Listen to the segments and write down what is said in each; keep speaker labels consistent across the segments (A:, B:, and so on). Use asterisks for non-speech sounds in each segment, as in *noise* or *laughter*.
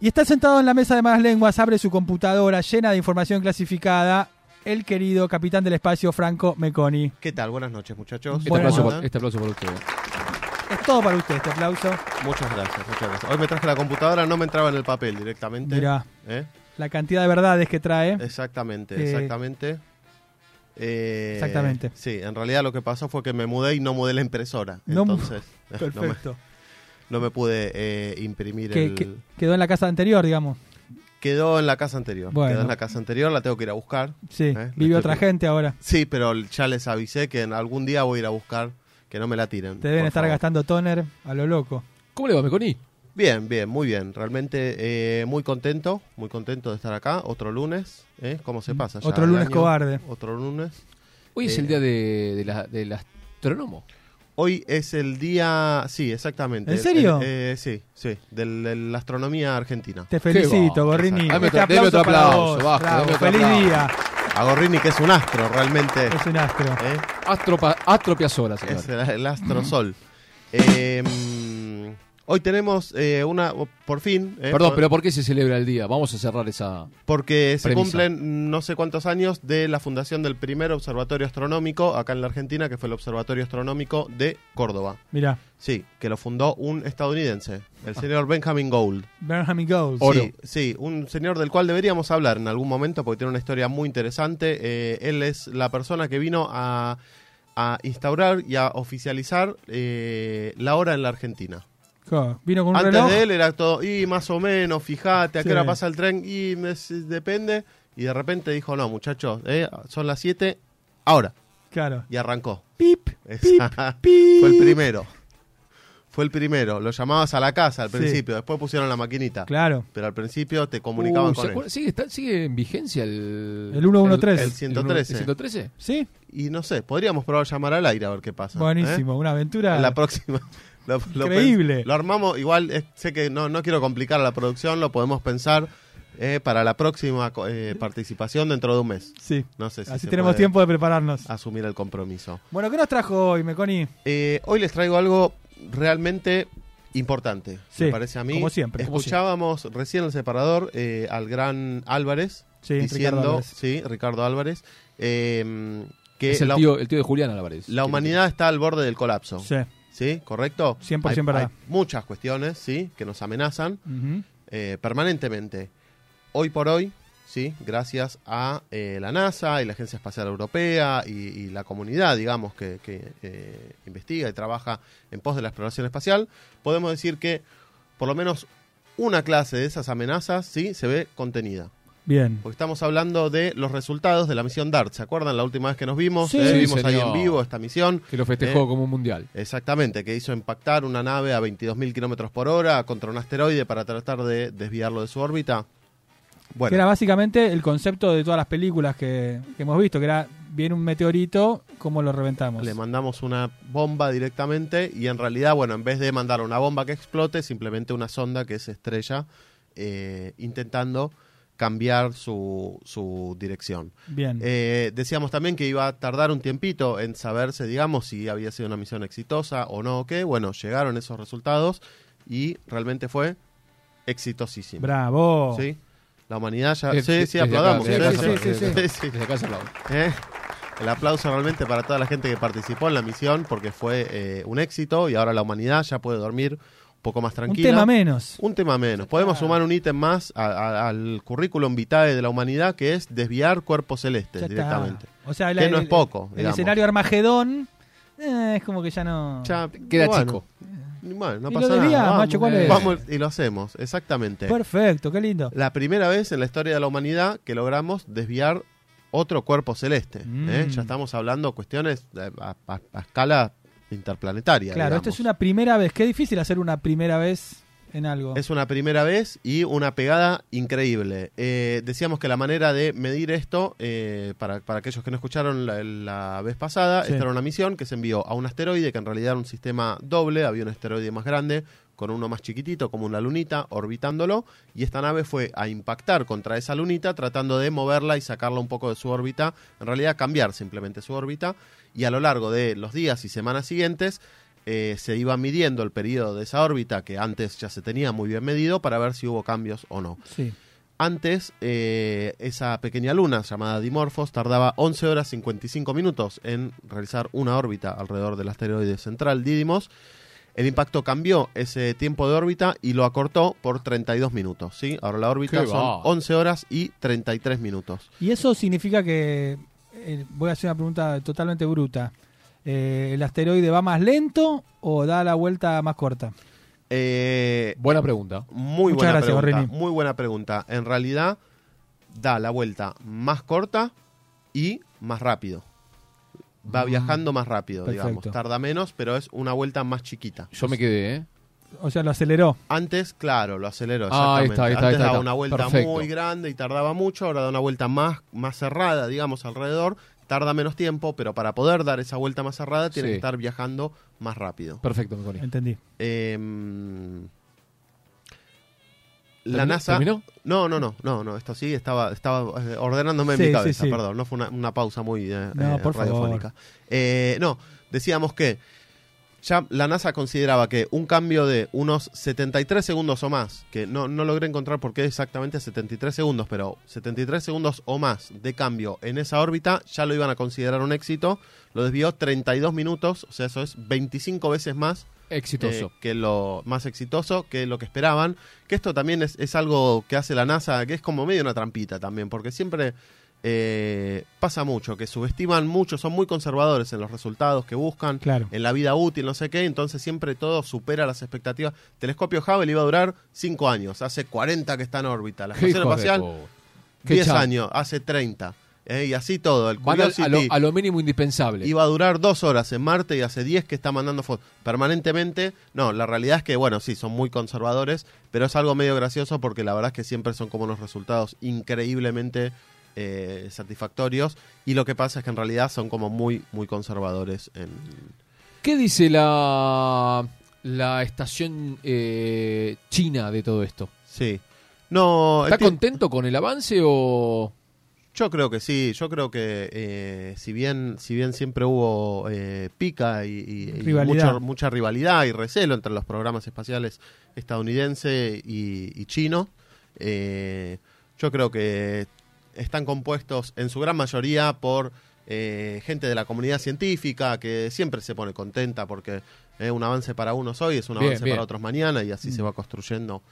A: Y está sentado en la mesa de malas lenguas, abre su computadora llena de información clasificada, el querido capitán del espacio Franco Meconi.
B: ¿Qué tal? Buenas noches, muchachos.
C: Este,
A: Buenas
C: aplauso,
B: ¿Cómo
A: noches.
C: por-
B: andan?
C: este aplauso por usted.
A: Es todo para usted este aplauso.
B: Muchas gracias, muchas gracias. Hoy me traje la computadora, no me entraba en el papel directamente.
A: Mirá.
B: ¿Eh?
A: La cantidad de verdades que trae.
B: Exactamente,
A: Eh.
B: exactamente. Eh,
A: Exactamente.
B: Sí, en realidad lo que pasó fue que me mudé y no mudé la impresora.
A: No mu- *laughs*
B: entonces eh, no me-
A: Perfecto.
B: no, me, pude eh, imprimir
A: que,
B: el...
A: que- quedó en la casa anterior, digamos.
B: Quedó en la casa anterior.
A: Bueno.
B: Quedó en la casa anterior, la tengo que ir a buscar.
A: Sí,
B: Eh,
A: vive
B: estoy-
A: otra gente ahora.
B: Sí, pero ya les avisé que en algún día voy a ir a buscar, que no me la tiren.
A: Te deben
B: por
A: estar
B: favor.
A: gastando toner a lo loco.
C: ¿Cómo le va, Meconi?
B: Bien, bien, muy bien. Realmente eh, muy contento, muy contento de estar acá. Otro lunes, ¿eh? ¿Cómo se pasa? ya
A: Mm, Otro
B: el
A: lunes
B: año?
A: cobarde.
B: Otro lunes.
C: Hoy es
B: Eh.
C: el día de, de la- del astrónomo.
B: Hoy es el día, sí, exactamente.
A: ¿En serio?
B: Eh, eh, sí, sí, del- de la astronomía argentina.
A: Te felicito,
C: va,
A: Gorrini.
C: dame
A: Este
C: otro- dame otro
A: para
C: aplauso,
A: vos.
C: Vasco,
A: Bravo,
C: dame otro
A: Feliz
C: aplauso.
A: día.
B: A Gorrini, que es un astro, realmente.
A: Es un astro.
B: ¿eh?
C: Astro, astro Piazzolla, señor.
B: Es el, el astrosol. Eh, mm, hoy tenemos eh, una, por fin. eh,
C: Perdón,
B: por-
C: pero ¿por qué se celebra el día? Vamos a cerrar esa.
B: Porque se
C: Premisa.
B: cumplen no sé cuántos años de la fundación del primer observatorio astronómico acá en la Argentina, que fue el Observatorio Astronómico de Córdoba.
A: Mirá,
B: Sí, que lo fundó un estadounidense, el señor Benjamin Gould.
A: Bernham Goes.
C: Ah. Oro.
B: Sí, sí, un señor del cual deberíamos hablar en algún momento porque tiene una historia muy interesante. Eh, él es la persona que vino a, a instaurar y a oficializar eh, la hora en la Argentina.
A: Co- Vino con un
B: Antes
A: reloj.
B: de él era todo, y más o menos, fíjate, a qué
A: Sí.
B: hora pasa el tren, y me- si- depende. Y de repente dijo, no, muchachos, eh, son las 7, ahora.
A: Claro.
B: Y arrancó.
A: Pip, pip,
B: Esa-
A: pip.
B: *laughs* Fue el primero. Fue el primero. Lo llamabas a la casa al
A: Sí.
B: principio, después pusieron la maquinita.
A: Claro. Uh,
B: Pero al principio te comunicaban
C: Uy, ¿se
B: con él.
C: acuerda- ¿sigue, está- sigue en vigencia el.
A: El 113.
B: El 113.
C: ¿El 113?
A: ¿Sí?
B: Y no sé, podríamos probar llamar al aire a ver qué pasa. ¿eh?
A: Buenísimo. Una aventura.
B: La próxima. *laughs* Lo, lo
A: Ah. Increíble.
B: pens- Lo, armamos, igual eh, sé que no, no quiero complicar la producción, lo podemos pensar eh, para la próxima co- eh, participación dentro de un mes.
A: Sí.
B: No sé si
A: Así
B: se
A: tenemos
B: puede Ah.
A: tiempo de prepararnos.
B: Asumir el compromiso.
A: Bueno, ¿qué nos trajo hoy, Meconi?
B: Eh, hoy les traigo algo realmente importante,
A: Sí,
B: me parece a mí.
A: como siempre, como
B: Escuchábamos recién el separador eh, al gran Álvarez
A: Sí,
B: diciendo,
A: Ricardo Álvarez.
B: sí, Ricardo Álvarez, eh, que
C: Es el,
B: la,
C: tío, el tío de Julián Álvarez.
B: la humanidad está al borde del colapso.
A: Sí.
B: ¿Sí? ¿Correcto?
A: 100%
B: Hay-
A: verdad.
B: hay muchas cuestiones, ¿sí? Que nos amenazan
A: Ujú.
B: eh, permanentemente. Hoy por hoy, ¿sí? Gracias a eh, la NASA y la Agencia Espacial Europea y, y la comunidad, digamos, que, que, eh, investiga y trabaja en pos de la exploración espacial, podemos decir que por lo menos una clase de esas amenazas, ¿sí? Se ve contenida.
A: Bien.
B: Porque estamos hablando de los resultados de la misión DART. ¿Se acuerdan la última vez que nos vimos?
A: Sí.
B: Eh,
C: Sí,
B: vimos ahí en
C: señor.
B: vivo esta misión.
C: Que lo festejó
B: Eh.
C: como un mundial.
B: Exactamente, que hizo impactar una nave a 22.000 kilómetros por hora contra un asteroide para tratar de desviarlo de su órbita.
A: Que era
B: Bueno,
A: básicamente el concepto de todas las películas que, que hemos visto, que era viene un meteorito, ¿cómo lo reventamos?
B: le mandamos una bomba directamente y en realidad, bueno, en vez de mandar una bomba que explote, simplemente una sonda que se estrella eh, intentando cambiar su, su dirección.
A: Bien.
B: Eh, decíamos también que iba a tardar un tiempito en saberse, digamos, si había sido una misión exitosa o no, o qué. Bueno, llegaron esos resultados y realmente fue exitosísimo.
A: Bravo.
B: ¿sí? La humanidad ya...
C: Eh,
B: sí,
C: de-
B: sí,
C: desde
B: aplaudamos.
C: acá,
B: sí,
C: desde acá,
B: sí,
C: desde
B: sí, sí,
C: acá.
B: sí.
C: Desde acá se aplaude.
B: Eh, El aplauso realmente para toda la gente que participó en la misión porque fue eh, un éxito y ahora la humanidad ya puede dormir un poco más
A: Un
B: tranquila.
A: tema menos.
B: Un tema menos. Podemos sumar un ítem más a- a- al currículum vitae de la humanidad que es desviar cuerpos celestes
A: Ya está.
B: directamente.
A: O sea,
B: Que no es poco,
A: El,
B: digamos.
A: escenario Armagedón eh, es como que ya no.
B: Ya,
C: Queda
B: bueno,
C: chico.
B: Bueno, no
A: Y lo
B: pasa
A: debía,
B: nada.
A: macho, ¿cuál
C: es?
B: vamos y lo hacemos, exactamente.
A: Perfecto, qué lindo.
B: La primera vez en la historia de la humanidad que logramos desviar otro cuerpo celeste.
A: Mm.
B: ¿eh? Ya estamos hablando cuestiones eh, a, a- a escala interplanetaria.
A: Claro, esto
B: digamos.
A: es una primera vez. Qué difícil hacer una primera vez en algo.
B: Es una primera vez y una pegada increíble. Eh, decíamos que la manera de medir esto, eh, para, para aquellos que no escucharon la, la vez pasada,
A: Sí.
B: esta era una misión que se envió a un asteroide, que en realidad era un sistema doble, había un asteroide más grande con uno más chiquitito, como una lunita, orbitándolo, y esta nave fue a impactar contra esa lunita, tratando de moverla y sacarla un poco de su órbita, en realidad cambiar simplemente su órbita, y a lo largo de los días y semanas siguientes, eh, se iba midiendo el periodo de esa órbita, que antes ya se tenía muy bien medido, para ver si hubo cambios o no.
A: Sí.
B: Antes, eh, esa pequeña luna llamada Dimorphos tardaba 11 horas 55 minutos en realizar una órbita alrededor del asteroide central Didymos. El impacto cambió ese tiempo de órbita y lo acortó por 32 minutos. ¿sí? Ahora la órbita
C: Qué
B: son
C: va.
B: 11 horas y 33 minutos.
A: Y eso significa que. eh, voy a hacer una pregunta totalmente bruta. Eh, ¿El asteroide va más lento o da la vuelta más corta?
B: Eh,
C: Buena pregunta.
B: muy
A: Muchas
B: buena
A: gracias,
B: pregunta.
A: Borrini.
B: Muy buena pregunta. En realidad, da la vuelta más corta y más rápido.
C: Mm.
B: Va viajando más rápido, digamos.
A: perfecto.
B: Tarda menos, pero es una vuelta más chiquita.
C: Yo me quedé, ¿eh?
A: O sea, lo aceleró.
B: Antes, claro, lo aceleró.
C: Ah, ahí
B: exactamente.
C: está, ahí está,
B: Antes
C: ahí está, ahí
B: daba
C: está.
B: una vuelta
C: Perfecto.
B: muy grande y tardaba mucho, ahora da una vuelta más, más cerrada, digamos, alrededor. Tarda menos tiempo, pero para poder dar esa vuelta más cerrada tiene
C: Sí.
B: que estar viajando más rápido.
C: Perfecto, Meconi.
A: Entendí.
B: Em, la
C: ¿Terminó?
B: NASA.
C: ¿Terminó?
B: No, no, no, no, no, esto sí, estaba, estaba eh, ordenándome
A: Sí,
B: en
A: sí,
B: mi cabeza,
A: sí.
B: perdón, no fue una, una pausa muy eh,
A: No,
B: eh,
A: por favor.
B: radiofónica. Eh, no, decíamos que ya la NASA consideraba que un cambio de unos 73 segundos o más, que no, no logré encontrar por qué exactamente 73 segundos, pero 73 segundos o más de cambio en esa órbita ya lo iban a considerar un éxito, lo desvió 32 minutos, o sea, eso es 25 veces más
C: Exitoso.
B: eh, que lo más exitoso que lo que esperaban. Que esto también es, es algo que hace la NASA, que es como medio una trampita también, porque siempre eh, pasa mucho, que subestiman mucho, son muy conservadores en los resultados que buscan,
A: Claro.
B: en la vida útil, no sé qué, entonces siempre todo supera las expectativas. Telescopio Hubble iba a durar 5 años, hace 40 que está en órbita. La
C: Qué
B: estación
C: hijos de
B: espacial,
C: po- Qué
B: 10
C: chao.
B: años, hace 30. eh, y así todo, el
C: Van al- a, lo,
B: Curiosity-
C: a lo mínimo indispensable.
B: Iba a durar dos horas en Marte y hace 10 que está mandando fotos permanentemente. No, la realidad es que, bueno, sí, son muy conservadores, pero es algo medio gracioso porque la verdad es que siempre son como unos resultados increíblemente eh, satisfactorios. Y lo que pasa es que en realidad son como muy, muy conservadores. En...
C: ¿Qué dice la, la estación eh, china de todo esto?
B: Sí. No, este-
C: ¿Está
B: el ti-
C: contento con el avance o...?
B: Yo creo que sí, yo creo que eh, si bien si bien siempre hubo eh, pica y, y- y
A: Rivalidad.
B: mucha- mucha rivalidad y recelo entre los programas espaciales estadounidense y, y chino, eh, yo creo que están compuestos en su gran mayoría por eh, gente de la comunidad científica que siempre se pone contenta porque eh, un avance para unos hoy es un
C: Bien,
B: avance
C: bien. Mm.
B: para otros mañana y así se va construyendo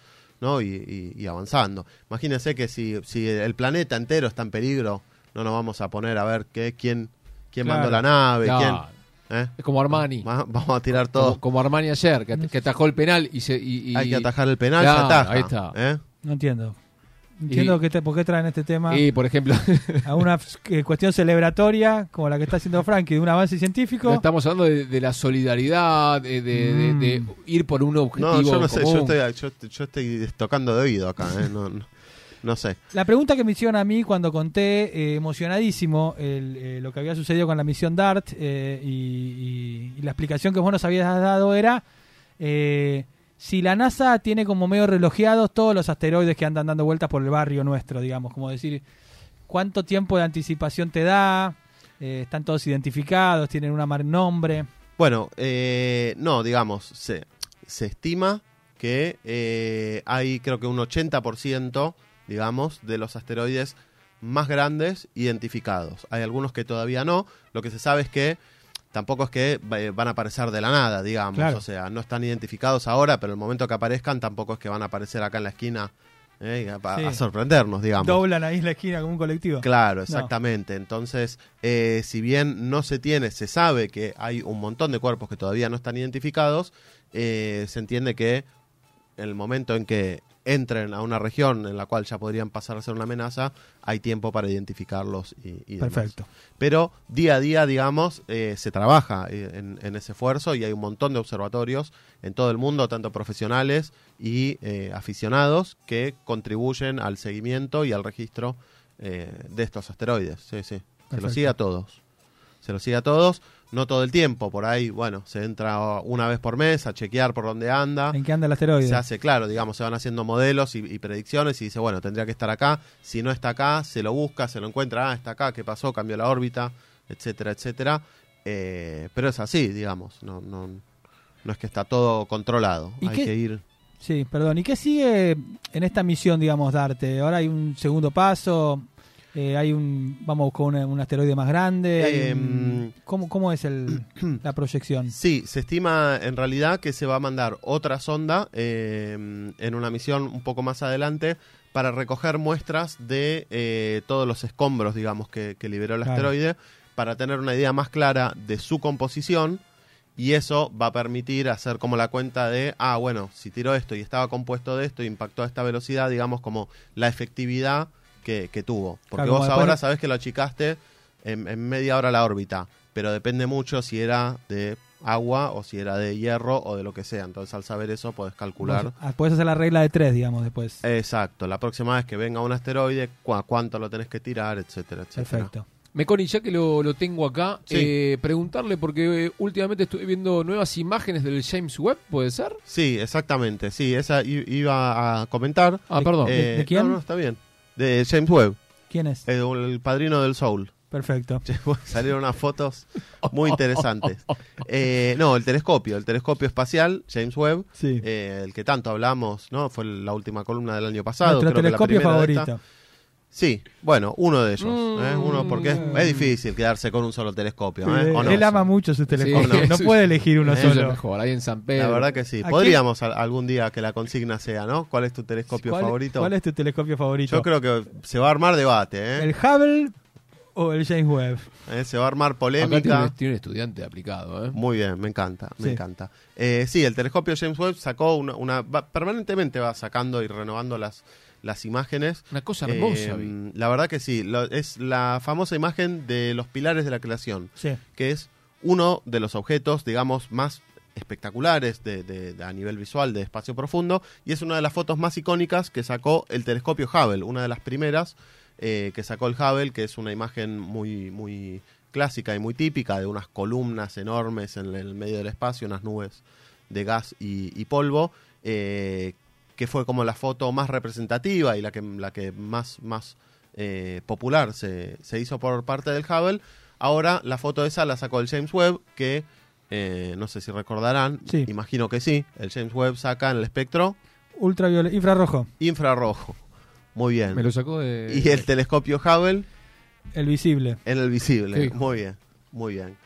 B: ¿no? y, y- y avanzando. Imagínense que si, si el planeta entero está en peligro, no nos vamos a poner a ver qué, quién, quién
A: Claro.
B: mandó la nave,
C: Claro.
B: quién. ¿eh?
C: Es como Armani.
B: Va- Vamos a tirar todo.
C: Como, como Armani ayer, que, at- que atajó el penal y... se- y- y-
B: Hay que atajar el penal,
C: Claro,
B: se ataja,
C: ahí está.
B: ¿eh?
A: No entiendo. Entiendo
C: Y-
A: que te- por qué traen este tema
C: Y, por ejemplo, *laughs*
A: a una eh, cuestión celebratoria como la que está haciendo Frankie de un avance científico.
C: estamos hablando de, de la solidaridad, de, de- de- de
A: Mm.
C: ir por un objetivo
B: No, yo no sé, yo
C: común.
B: estoy, yo- yo estoy tocando de oído acá, ¿eh? no, no, no sé.
A: La pregunta que me hicieron a mí cuando conté, eh, emocionadísimo, el, eh, lo que había sucedido con la misión DART eh, y, y- y la explicación que vos nos habías dado era eh, si la NASA tiene como medio relojeados todos los asteroides que andan dando vueltas por el barrio nuestro, digamos, como decir, ¿cuánto tiempo de anticipación te da? Eh, ¿Están todos identificados? ¿Tienen un mar nombre?
B: Bueno, eh, no, digamos, se, se estima que eh, hay creo que un 80%, digamos, de los asteroides más grandes identificados. Hay algunos que todavía no. Lo que se sabe es que tampoco es que eh, van a aparecer de la nada, digamos.
A: Claro.
B: O sea, no están identificados ahora, pero el momento que aparezcan tampoco es que van a aparecer acá en la esquina eh, a, a
A: Sí.
B: sorprendernos, digamos.
A: Doblan ahí la esquina como un colectivo.
B: Claro, exactamente. Entonces, eh, si bien no se tiene, se sabe que hay un montón de cuerpos que todavía no están identificados, eh, se entiende que el momento en que entren a una región en la cual ya podrían pasar a ser una amenaza, hay tiempo para identificarlos y, y demás.
A: Perfecto.
B: Pero día a día, digamos, eh, se trabaja eh, en, en ese esfuerzo y hay un montón de observatorios en todo el mundo, tanto profesionales y eh, aficionados, que contribuyen al seguimiento y al registro eh, de estos asteroides. Sí, sí. Se
A: Perfecto.
B: los sigue a todos. Se los sigue a todos, no todo el tiempo. Por ahí, bueno, se entra una vez por mes a chequear por dónde anda
A: ¿En qué anda el asteroide?
B: se hace claro, digamos, se van haciendo modelos y, y predicciones y dice, bueno, tendría que estar acá, si no está acá, se lo busca, se lo encuentra, ah, está acá, ¿qué pasó? Cambió la órbita, etcétera, etcétera. Eh, pero es así, digamos, no, no, No es que está todo controlado.
A: ¿Y
B: Hay
A: qué-
B: que ir.
A: Sí, perdón. ¿Y qué sigue en esta misión, digamos, Darte? Ahora hay un segundo paso, eh, hay un, vamos con un asteroide más grande. hay
B: Eh,
A: un- ¿cómo, ¿Cómo es
B: *clears throat*
A: el, la proyección?
B: Sí, se estima en realidad que se va a mandar otra sonda eh, en una misión un poco más adelante para recoger muestras de eh, todos los escombros, digamos, que, que liberó el
A: Claro.
B: asteroide, para tener una idea más clara de su composición. Y eso va a permitir hacer como la cuenta de, ah, bueno, si tiró esto y estaba compuesto de esto, impactó a esta velocidad, digamos, como la efectividad que, que tuvo. Porque
A: Claro, como
B: vos
A: después-
B: ahora sabés que lo achicaste en, en media hora la órbita, pero depende mucho si era de agua o si era de hierro o de lo que sea. Entonces, al saber eso, podés calcular.
A: Ah, Podés hacer la regla de tres, digamos, después.
B: Eh, Exacto, la próxima vez que venga un asteroide, cua- cuánto lo tenés que tirar, etcétera, etcétera.
A: Perfecto.
C: Meconi, ya que lo, lo tengo acá,
B: Sí.
C: eh, preguntarle porque eh, últimamente estuve viendo nuevas imágenes del James Webb, ¿puede ser?
B: Sí, exactamente, sí, esa i- iba a comentar.
C: Ah,
A: Oh, De-
C: perdón.
A: de-
B: Eh,
A: quién?
B: No, no, está bien. De James Webb,
A: ¿Quién es?
B: el, el padrino del Soul. *laughs*
A: Perfecto.
B: Salieron unas fotos
A: *laughs*
B: muy interesantes. Eh, no, el telescopio, el telescopio espacial, James Webb,
A: Sí.
B: eh, el que tanto hablamos, ¿no? Fue la última columna del año pasado.
A: Nuestro
B: creo que la
A: telescopio
B: primera de esta.
A: favorito.
B: Sí, bueno, uno de ellos.
C: Mm.
B: ¿eh? Uno porque es, es difícil quedarse con un solo telescopio. ¿eh?
A: Eh,
B: ¿O no?
A: Él ama mucho su telescopio.
C: Sí.
A: No
C: Sí,
A: puede
C: sí.
A: elegir uno
C: Eso es
A: solo.
C: mejor, ahí en San Pedro.
B: eh,
A: Eh,
B: La verdad que sí.
A: ¿A
B: Podríamos al- algún día que la consigna sea, ¿no? ¿Cuál es tu telescopio
A: ¿Cuál,
B: favorito?
A: cuál es tu telescopio favorito?
B: Yo creo que se va a armar debate, ¿eh?
A: ¿El Hubble o el James Webb?
B: Eh, Se va a armar
C: Acá tiene,
B: polémica.
C: un- tiene un estudiante aplicado, ¿eh?
B: Muy bien, me encanta, me
A: Sí.
B: encanta. Eh, sí, el telescopio James Webb sacó una... una- va- permanentemente va sacando y renovando las, las imágenes.
C: Una cosa hermosa,
B: Eh,
C: vi.
B: la verdad que sí, lo- es la famosa imagen de los pilares de la creación.
A: Sí.
B: que es uno de los objetos, digamos, más espectaculares de, de- de- a nivel visual de espacio profundo y es una de las fotos más icónicas que sacó el telescopio Hubble, una de las primeras eh, que sacó el Hubble, que es una imagen muy, muy clásica y muy típica de unas columnas enormes en el medio del espacio, unas nubes de gas y, y polvo, eh, que fue como la foto más representativa y la que, la que más, más eh, popular se, se hizo por parte del Hubble. Ahora la foto esa la sacó el James Webb, que eh, no sé si recordarán,
A: Sí.
B: imagino que sí, el James Webb saca en el espectro
A: Ultravioleta, infrarrojo,
B: infrarrojo. Muy bien.
C: Me lo sacó de.
B: Y el telescopio Hubble
A: el visible.
B: en el
C: Qué
B: visible.
C: hijo.
B: Muy bien, muy bien.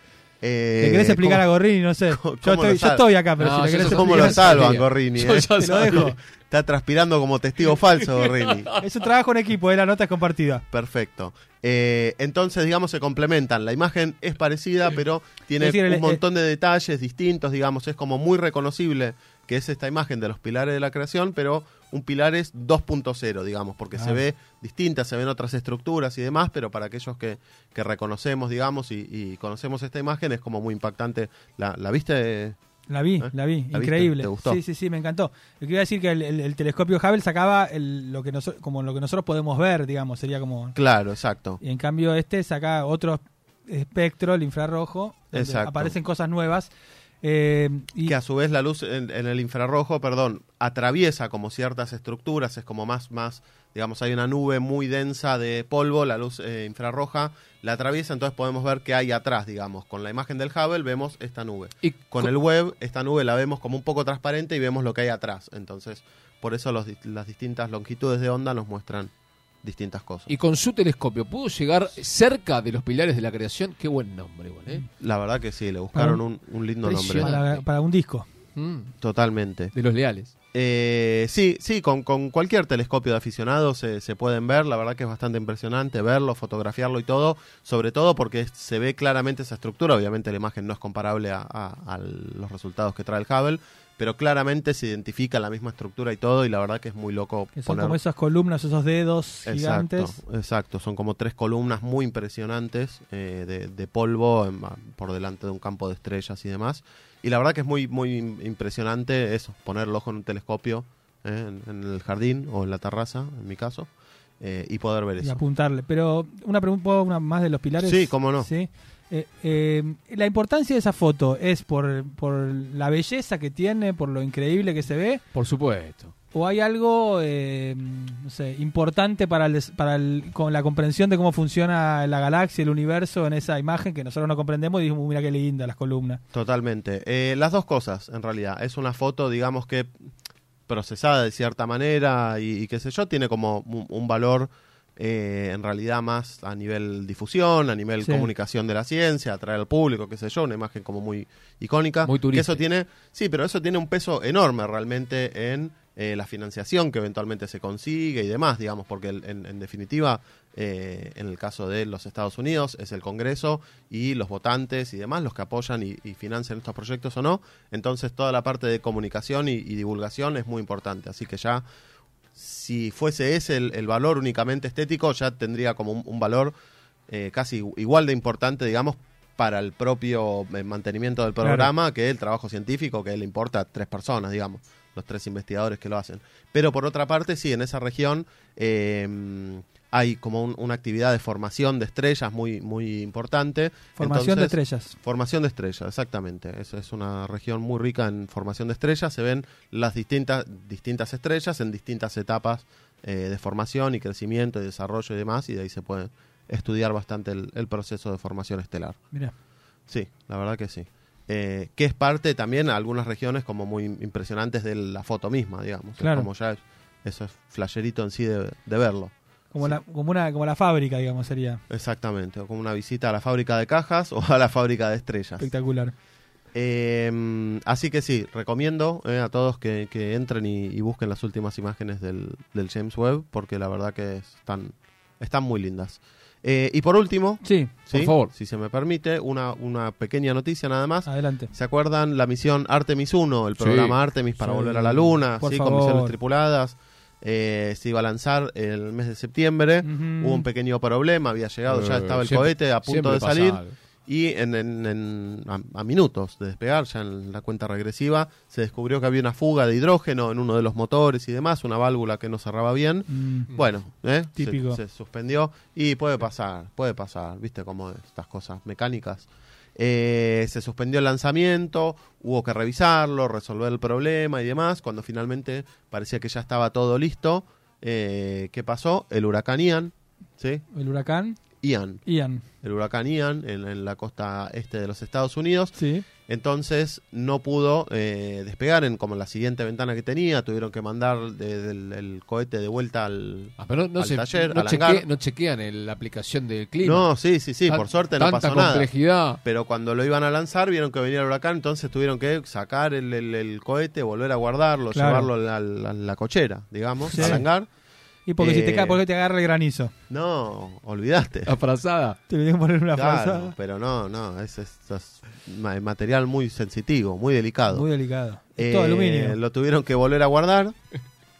B: Eh,
A: ¿Le querés explicar a
B: ¿cómo-
A: Gorrini? No sé.
B: *laughs* cómo-
A: Yo
B: cómo lo
A: estoy, yo
B: sabe?
A: estoy acá, pero
C: No,
A: si le
C: yo
A: querés
C: sé
B: ¿Cómo
A: explicar-
B: lo
C: Yo
B: salvan,
C: sabía.
B: Gorrini?
C: Yo
B: eh?
C: ya
A: Te lo dejo.
B: Está transpirando como testigo falso,
A: *laughs*
B: Gorrini.
A: Es un trabajo en equipo, eh, la nota es compartida.
B: Perfecto. Eh, entonces, digamos, se complementan. La imagen es parecida, pero tiene
A: Es decir, el- eh,
B: un montón de detalles distintos, digamos. Es como muy reconocible que es esta imagen de los pilares de la creación, pero un pilar es 2.0, digamos, porque se
A: Ah.
B: ve distinta, se ven otras estructuras y demás, pero para aquellos que, que reconocemos, digamos, y, y conocemos esta imagen, es como muy impactante. ¿La, la viste?
A: La vi,
B: ¿Eh?
A: la vi,
B: ¿La viste?
A: increíble.
B: ¿Te gustó?
A: Sí, sí, sí, me encantó. Lo que iba a decir que el, el- el telescopio Hubble sacaba el- lo que noso- como lo que nosotros podemos ver, digamos, sería como.
B: Claro, exacto.
A: Y en cambio este saca otro espectro, el infrarrojo, donde
B: Exacto.
A: aparecen cosas nuevas. eh, y
B: que a su vez la luz en, en el infrarrojo, perdón, atraviesa como ciertas estructuras, es como más, más, digamos, hay una nube muy densa de polvo, la luz eh, infrarroja la atraviesa, entonces podemos ver qué hay atrás, digamos. Con la imagen del Hubble vemos esta nube.
C: Y
B: Con el web, esta nube la vemos como un poco transparente y vemos lo que hay atrás. Entonces, por eso los di- las distintas longitudes de onda nos muestran distintas cosas.
C: Y con su telescopio pudo llegar cerca de los pilares de la creación. Qué buen nombre, igual, ¿eh?
B: La verdad que sí, le buscaron
A: Ah.
B: un, un lindo nombre.
C: Impresionante.
A: para, para un disco.
C: Mm,
B: Totalmente.
C: de los leales.
B: Eh, sí, sí, con, con cualquier telescopio de aficionado se, se pueden ver, la verdad que es bastante impresionante verlo, fotografiarlo y todo, sobre todo porque es- se ve claramente esa estructura, obviamente la imagen no es comparable a, a- a los resultados que trae el Hubble, pero claramente se identifica la misma estructura y todo y la verdad que es muy loco
A: Que son
B: poner-
A: como esas columnas, esos dedos gigantes.
B: Exacto, exacto, son como tres columnas muy impresionantes eh, de, de polvo en- ah, por delante de un campo de estrellas y demás. Y la verdad que es muy, muy im- impresionante eso, poner el ojo en un telescopio eh, en, en el jardín o en la terraza, en mi caso, eh, y poder ver
A: y
B: eso.
A: apuntarle. Pero una pregunta una más de los pilares.
B: Sí, cómo no.
A: Sí. Eh, eh, la importancia de esa foto es por, por la belleza que tiene, por lo increíble que se ve,
C: Por supuesto.
A: o hay algo eh, no sé, importante para, el des- para el- con la comprensión de cómo funciona la galaxia, el universo en esa imagen que nosotros no comprendemos y dijimos, mira qué linda las columnas.
B: Totalmente. Eh, las dos cosas, en realidad. Es una foto, digamos que procesada de cierta manera y, y qué sé yo, tiene como un, un valor eh, en realidad más a nivel difusión, a nivel
A: Sí.
B: comunicación de la ciencia, atraer al público, qué sé yo, una imagen como muy icónica.
C: Muy
B: que
C: turista.
B: eso tiene, sí, pero eso tiene un peso enorme realmente en eh, la financiación que eventualmente se consigue y demás, digamos, porque el- en, en definitiva, eh, en el caso de los Estados Unidos, es el Congreso y los votantes y demás los que apoyan y, y financian estos proyectos o no. Entonces, toda la parte de comunicación y, y divulgación es muy importante. Así que ya, si fuese ese el, el valor únicamente estético, ya tendría como un, un valor eh, casi igual de importante, digamos, para el propio eh, mantenimiento del
A: Claro.
B: programa tema que el trabajo científico que le importa a tres personas, digamos, los tres investigadores que lo hacen. Pero por otra parte, sí, en esa región eh, hay como un- una actividad de formación de estrellas muy, muy importante.
A: Formación de
B: Entonces,
A: estrellas.
B: Formación de estrellas, exactamente. Es, es una región muy rica en formación de estrellas. Se ven las distintas, distintas estrellas en distintas etapas eh, de formación y crecimiento y desarrollo y demás, y de ahí se puede estudiar bastante el- el proceso de formación estelar.
A: Mira.
B: Sí, la verdad que sí. Eh, que es parte también a algunas regiones como muy impresionantes de la foto misma, digamos. Es
A: Claro.
B: Como ya es- eso es flasherito en sí de, de verlo.
A: Como,
B: Sí.
A: la, como, una, como la fábrica, digamos, sería
B: Exactamente, o como una visita a la fábrica de cajas o a la fábrica de estrellas.
A: espectacular.
B: Eh, así que sí, recomiendo eh, a todos que, que entren y, y busquen las últimas imágenes del, del James Webb, porque la verdad que están, están muy lindas. Eh, y por último,
A: Sí,
C: Por
B: ¿sí?
C: favor.
B: si se me permite, una, una pequeña noticia nada más.
A: adelante.
B: ¿Se acuerdan la misión Artemis 1, el
C: Sí.
B: programa Artemis para
A: Sí.
B: volver a la Luna,
A: Por
B: ¿sí? con
A: favor.
B: misiones tripuladas? Eh, se iba a lanzar el mes de septiembre.
A: Ujú.
B: Hubo un pequeño problema, había llegado, ya
C: Mm. Eh,
B: estaba el
C: siempre-
B: cohete a punto
C: siempre
B: de
C: pasa
B: salir.
C: algo.
B: Y en, en- en- a, a minutos de despegar, ya en la cuenta regresiva, se descubrió que había una fuga de hidrógeno en uno de los motores y demás, una válvula que no cerraba bien.
A: Mm.
B: Bueno, ¿eh? Se-
A: Típico.
B: Se, suspendió y puede pasar, puede pasar, viste como estas cosas mecánicas. Eh, se suspendió el lanzamiento, hubo que revisarlo, resolver el problema y demás. Cuando finalmente parecía que ya estaba todo listo, eh, ¿qué pasó? El huracán Ian, ¿sí?
A: El huracán
B: Ian,
A: Ian.
B: el huracán Ian en, en la costa este de los Estados Unidos.
A: Sí.
B: Entonces no pudo eh, despegar en como la siguiente ventana que tenía, tuvieron que mandar de- del el cohete de vuelta al,
C: Ah, pero no,
B: al
C: se-
B: taller,
C: no
B: al
C: cheque-
B: hangar.
C: no chequean el- la aplicación del clima.
B: No, sí, sí, sí,
C: Tan-
B: por suerte no
C: tanta
B: pasó nada.
C: complejidad.
B: Pero cuando lo iban a lanzar, vieron que venía el huracán, entonces tuvieron que sacar el, el- el cohete, volver a guardarlo,
A: Claro.
B: llevarlo a la, la- la cochera, digamos,
A: Sí.
B: al hangar.
A: Y porque si te
B: Eh.
A: cae, porque te agarra el granizo.
B: No, olvidaste.
C: Aprazada.
A: Te voy a poner una
B: Claro,
A: frazada.
B: pero no, no, es, es- es ma- material muy sensitivo, muy delicado.
A: Muy delicado.
B: Eh,
A: Todo aluminio.
B: Lo tuvieron que volver a guardar.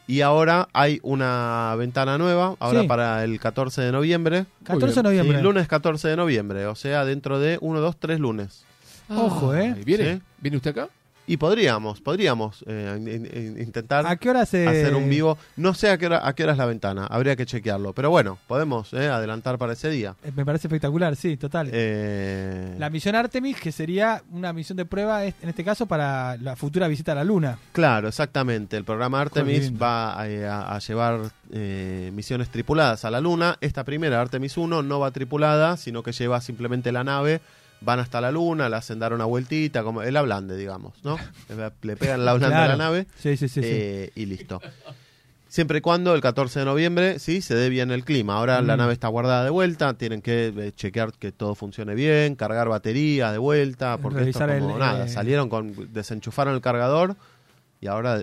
B: Y ahora hay una ventana nueva, ahora
A: Sí.
B: para el 14 de noviembre.
A: 14 de noviembre.
B: Sí, lunes 14 de noviembre, o sea, dentro de 1, 2, 3 lunes.
A: Ojo, ¿eh?
C: Ay, Ah, ¿Viene?
B: Sí.
C: ¿Viene usted acá?
B: Y podríamos, podríamos eh, in- in- intentar
A: ¿A qué hora se.?
B: hacer un vivo. No sé a qué, hora, a qué hora es la ventana, habría que chequearlo. Pero bueno, podemos eh, adelantar para ese día.
A: Eh, Me parece espectacular, sí, total.
B: Eh,
A: La misión Artemis, que sería una misión de prueba, es- en este caso, para la futura visita a la Luna.
B: Claro, exactamente. El programa Artemis
A: lindo.
B: va a, a- a llevar eh, misiones tripuladas a la Luna. Esta primera, Artemis 1, no va tripulada, sino que lleva simplemente la nave. Van hasta la Luna, la hacen dar una vueltita, como el ablande, digamos, ¿no? *laughs* Le- Le pegan la ablande a
A: Claro.
B: la nave.
A: Sí, sí, sí. sí.
B: Eh, y listo. Siempre y cuando el 14 de noviembre, sí, se dé bien el clima. Ahora la
A: Mm.
B: nave está guardada de vuelta, tienen que eh, chequear que todo funcione bien, cargar batería de vuelta, porque esto es
A: Revisar
B: como
A: el,
B: nada,
A: eh,
B: salieron con desenchufaron el cargador y ahora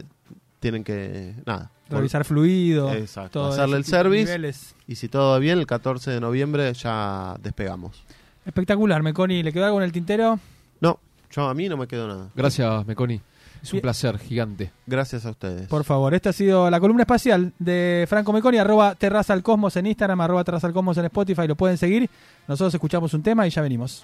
B: tienen que nada.
A: Revisar fluido.
B: Exacto,
A: todo
B: hacerle
A: ese
B: el
A: tipo de
B: service.
A: niveles.
B: Y si todo va bien, el 14 de noviembre ya despegamos.
A: Espectacular, Meconi. ¿Le quedó algo en el tintero?
B: No, yo a mí no me quedo nada.
C: Gracias, Meconi. Es un
A: Bien.
C: placer gigante.
B: Gracias a ustedes.
A: Por favor, esta ha sido la columna espacial de Franco Meconi, arroba Terraza al Cosmos en Instagram, arroba Terraza al Cosmos en Spotify, lo pueden seguir. Nosotros escuchamos un tema y ya venimos.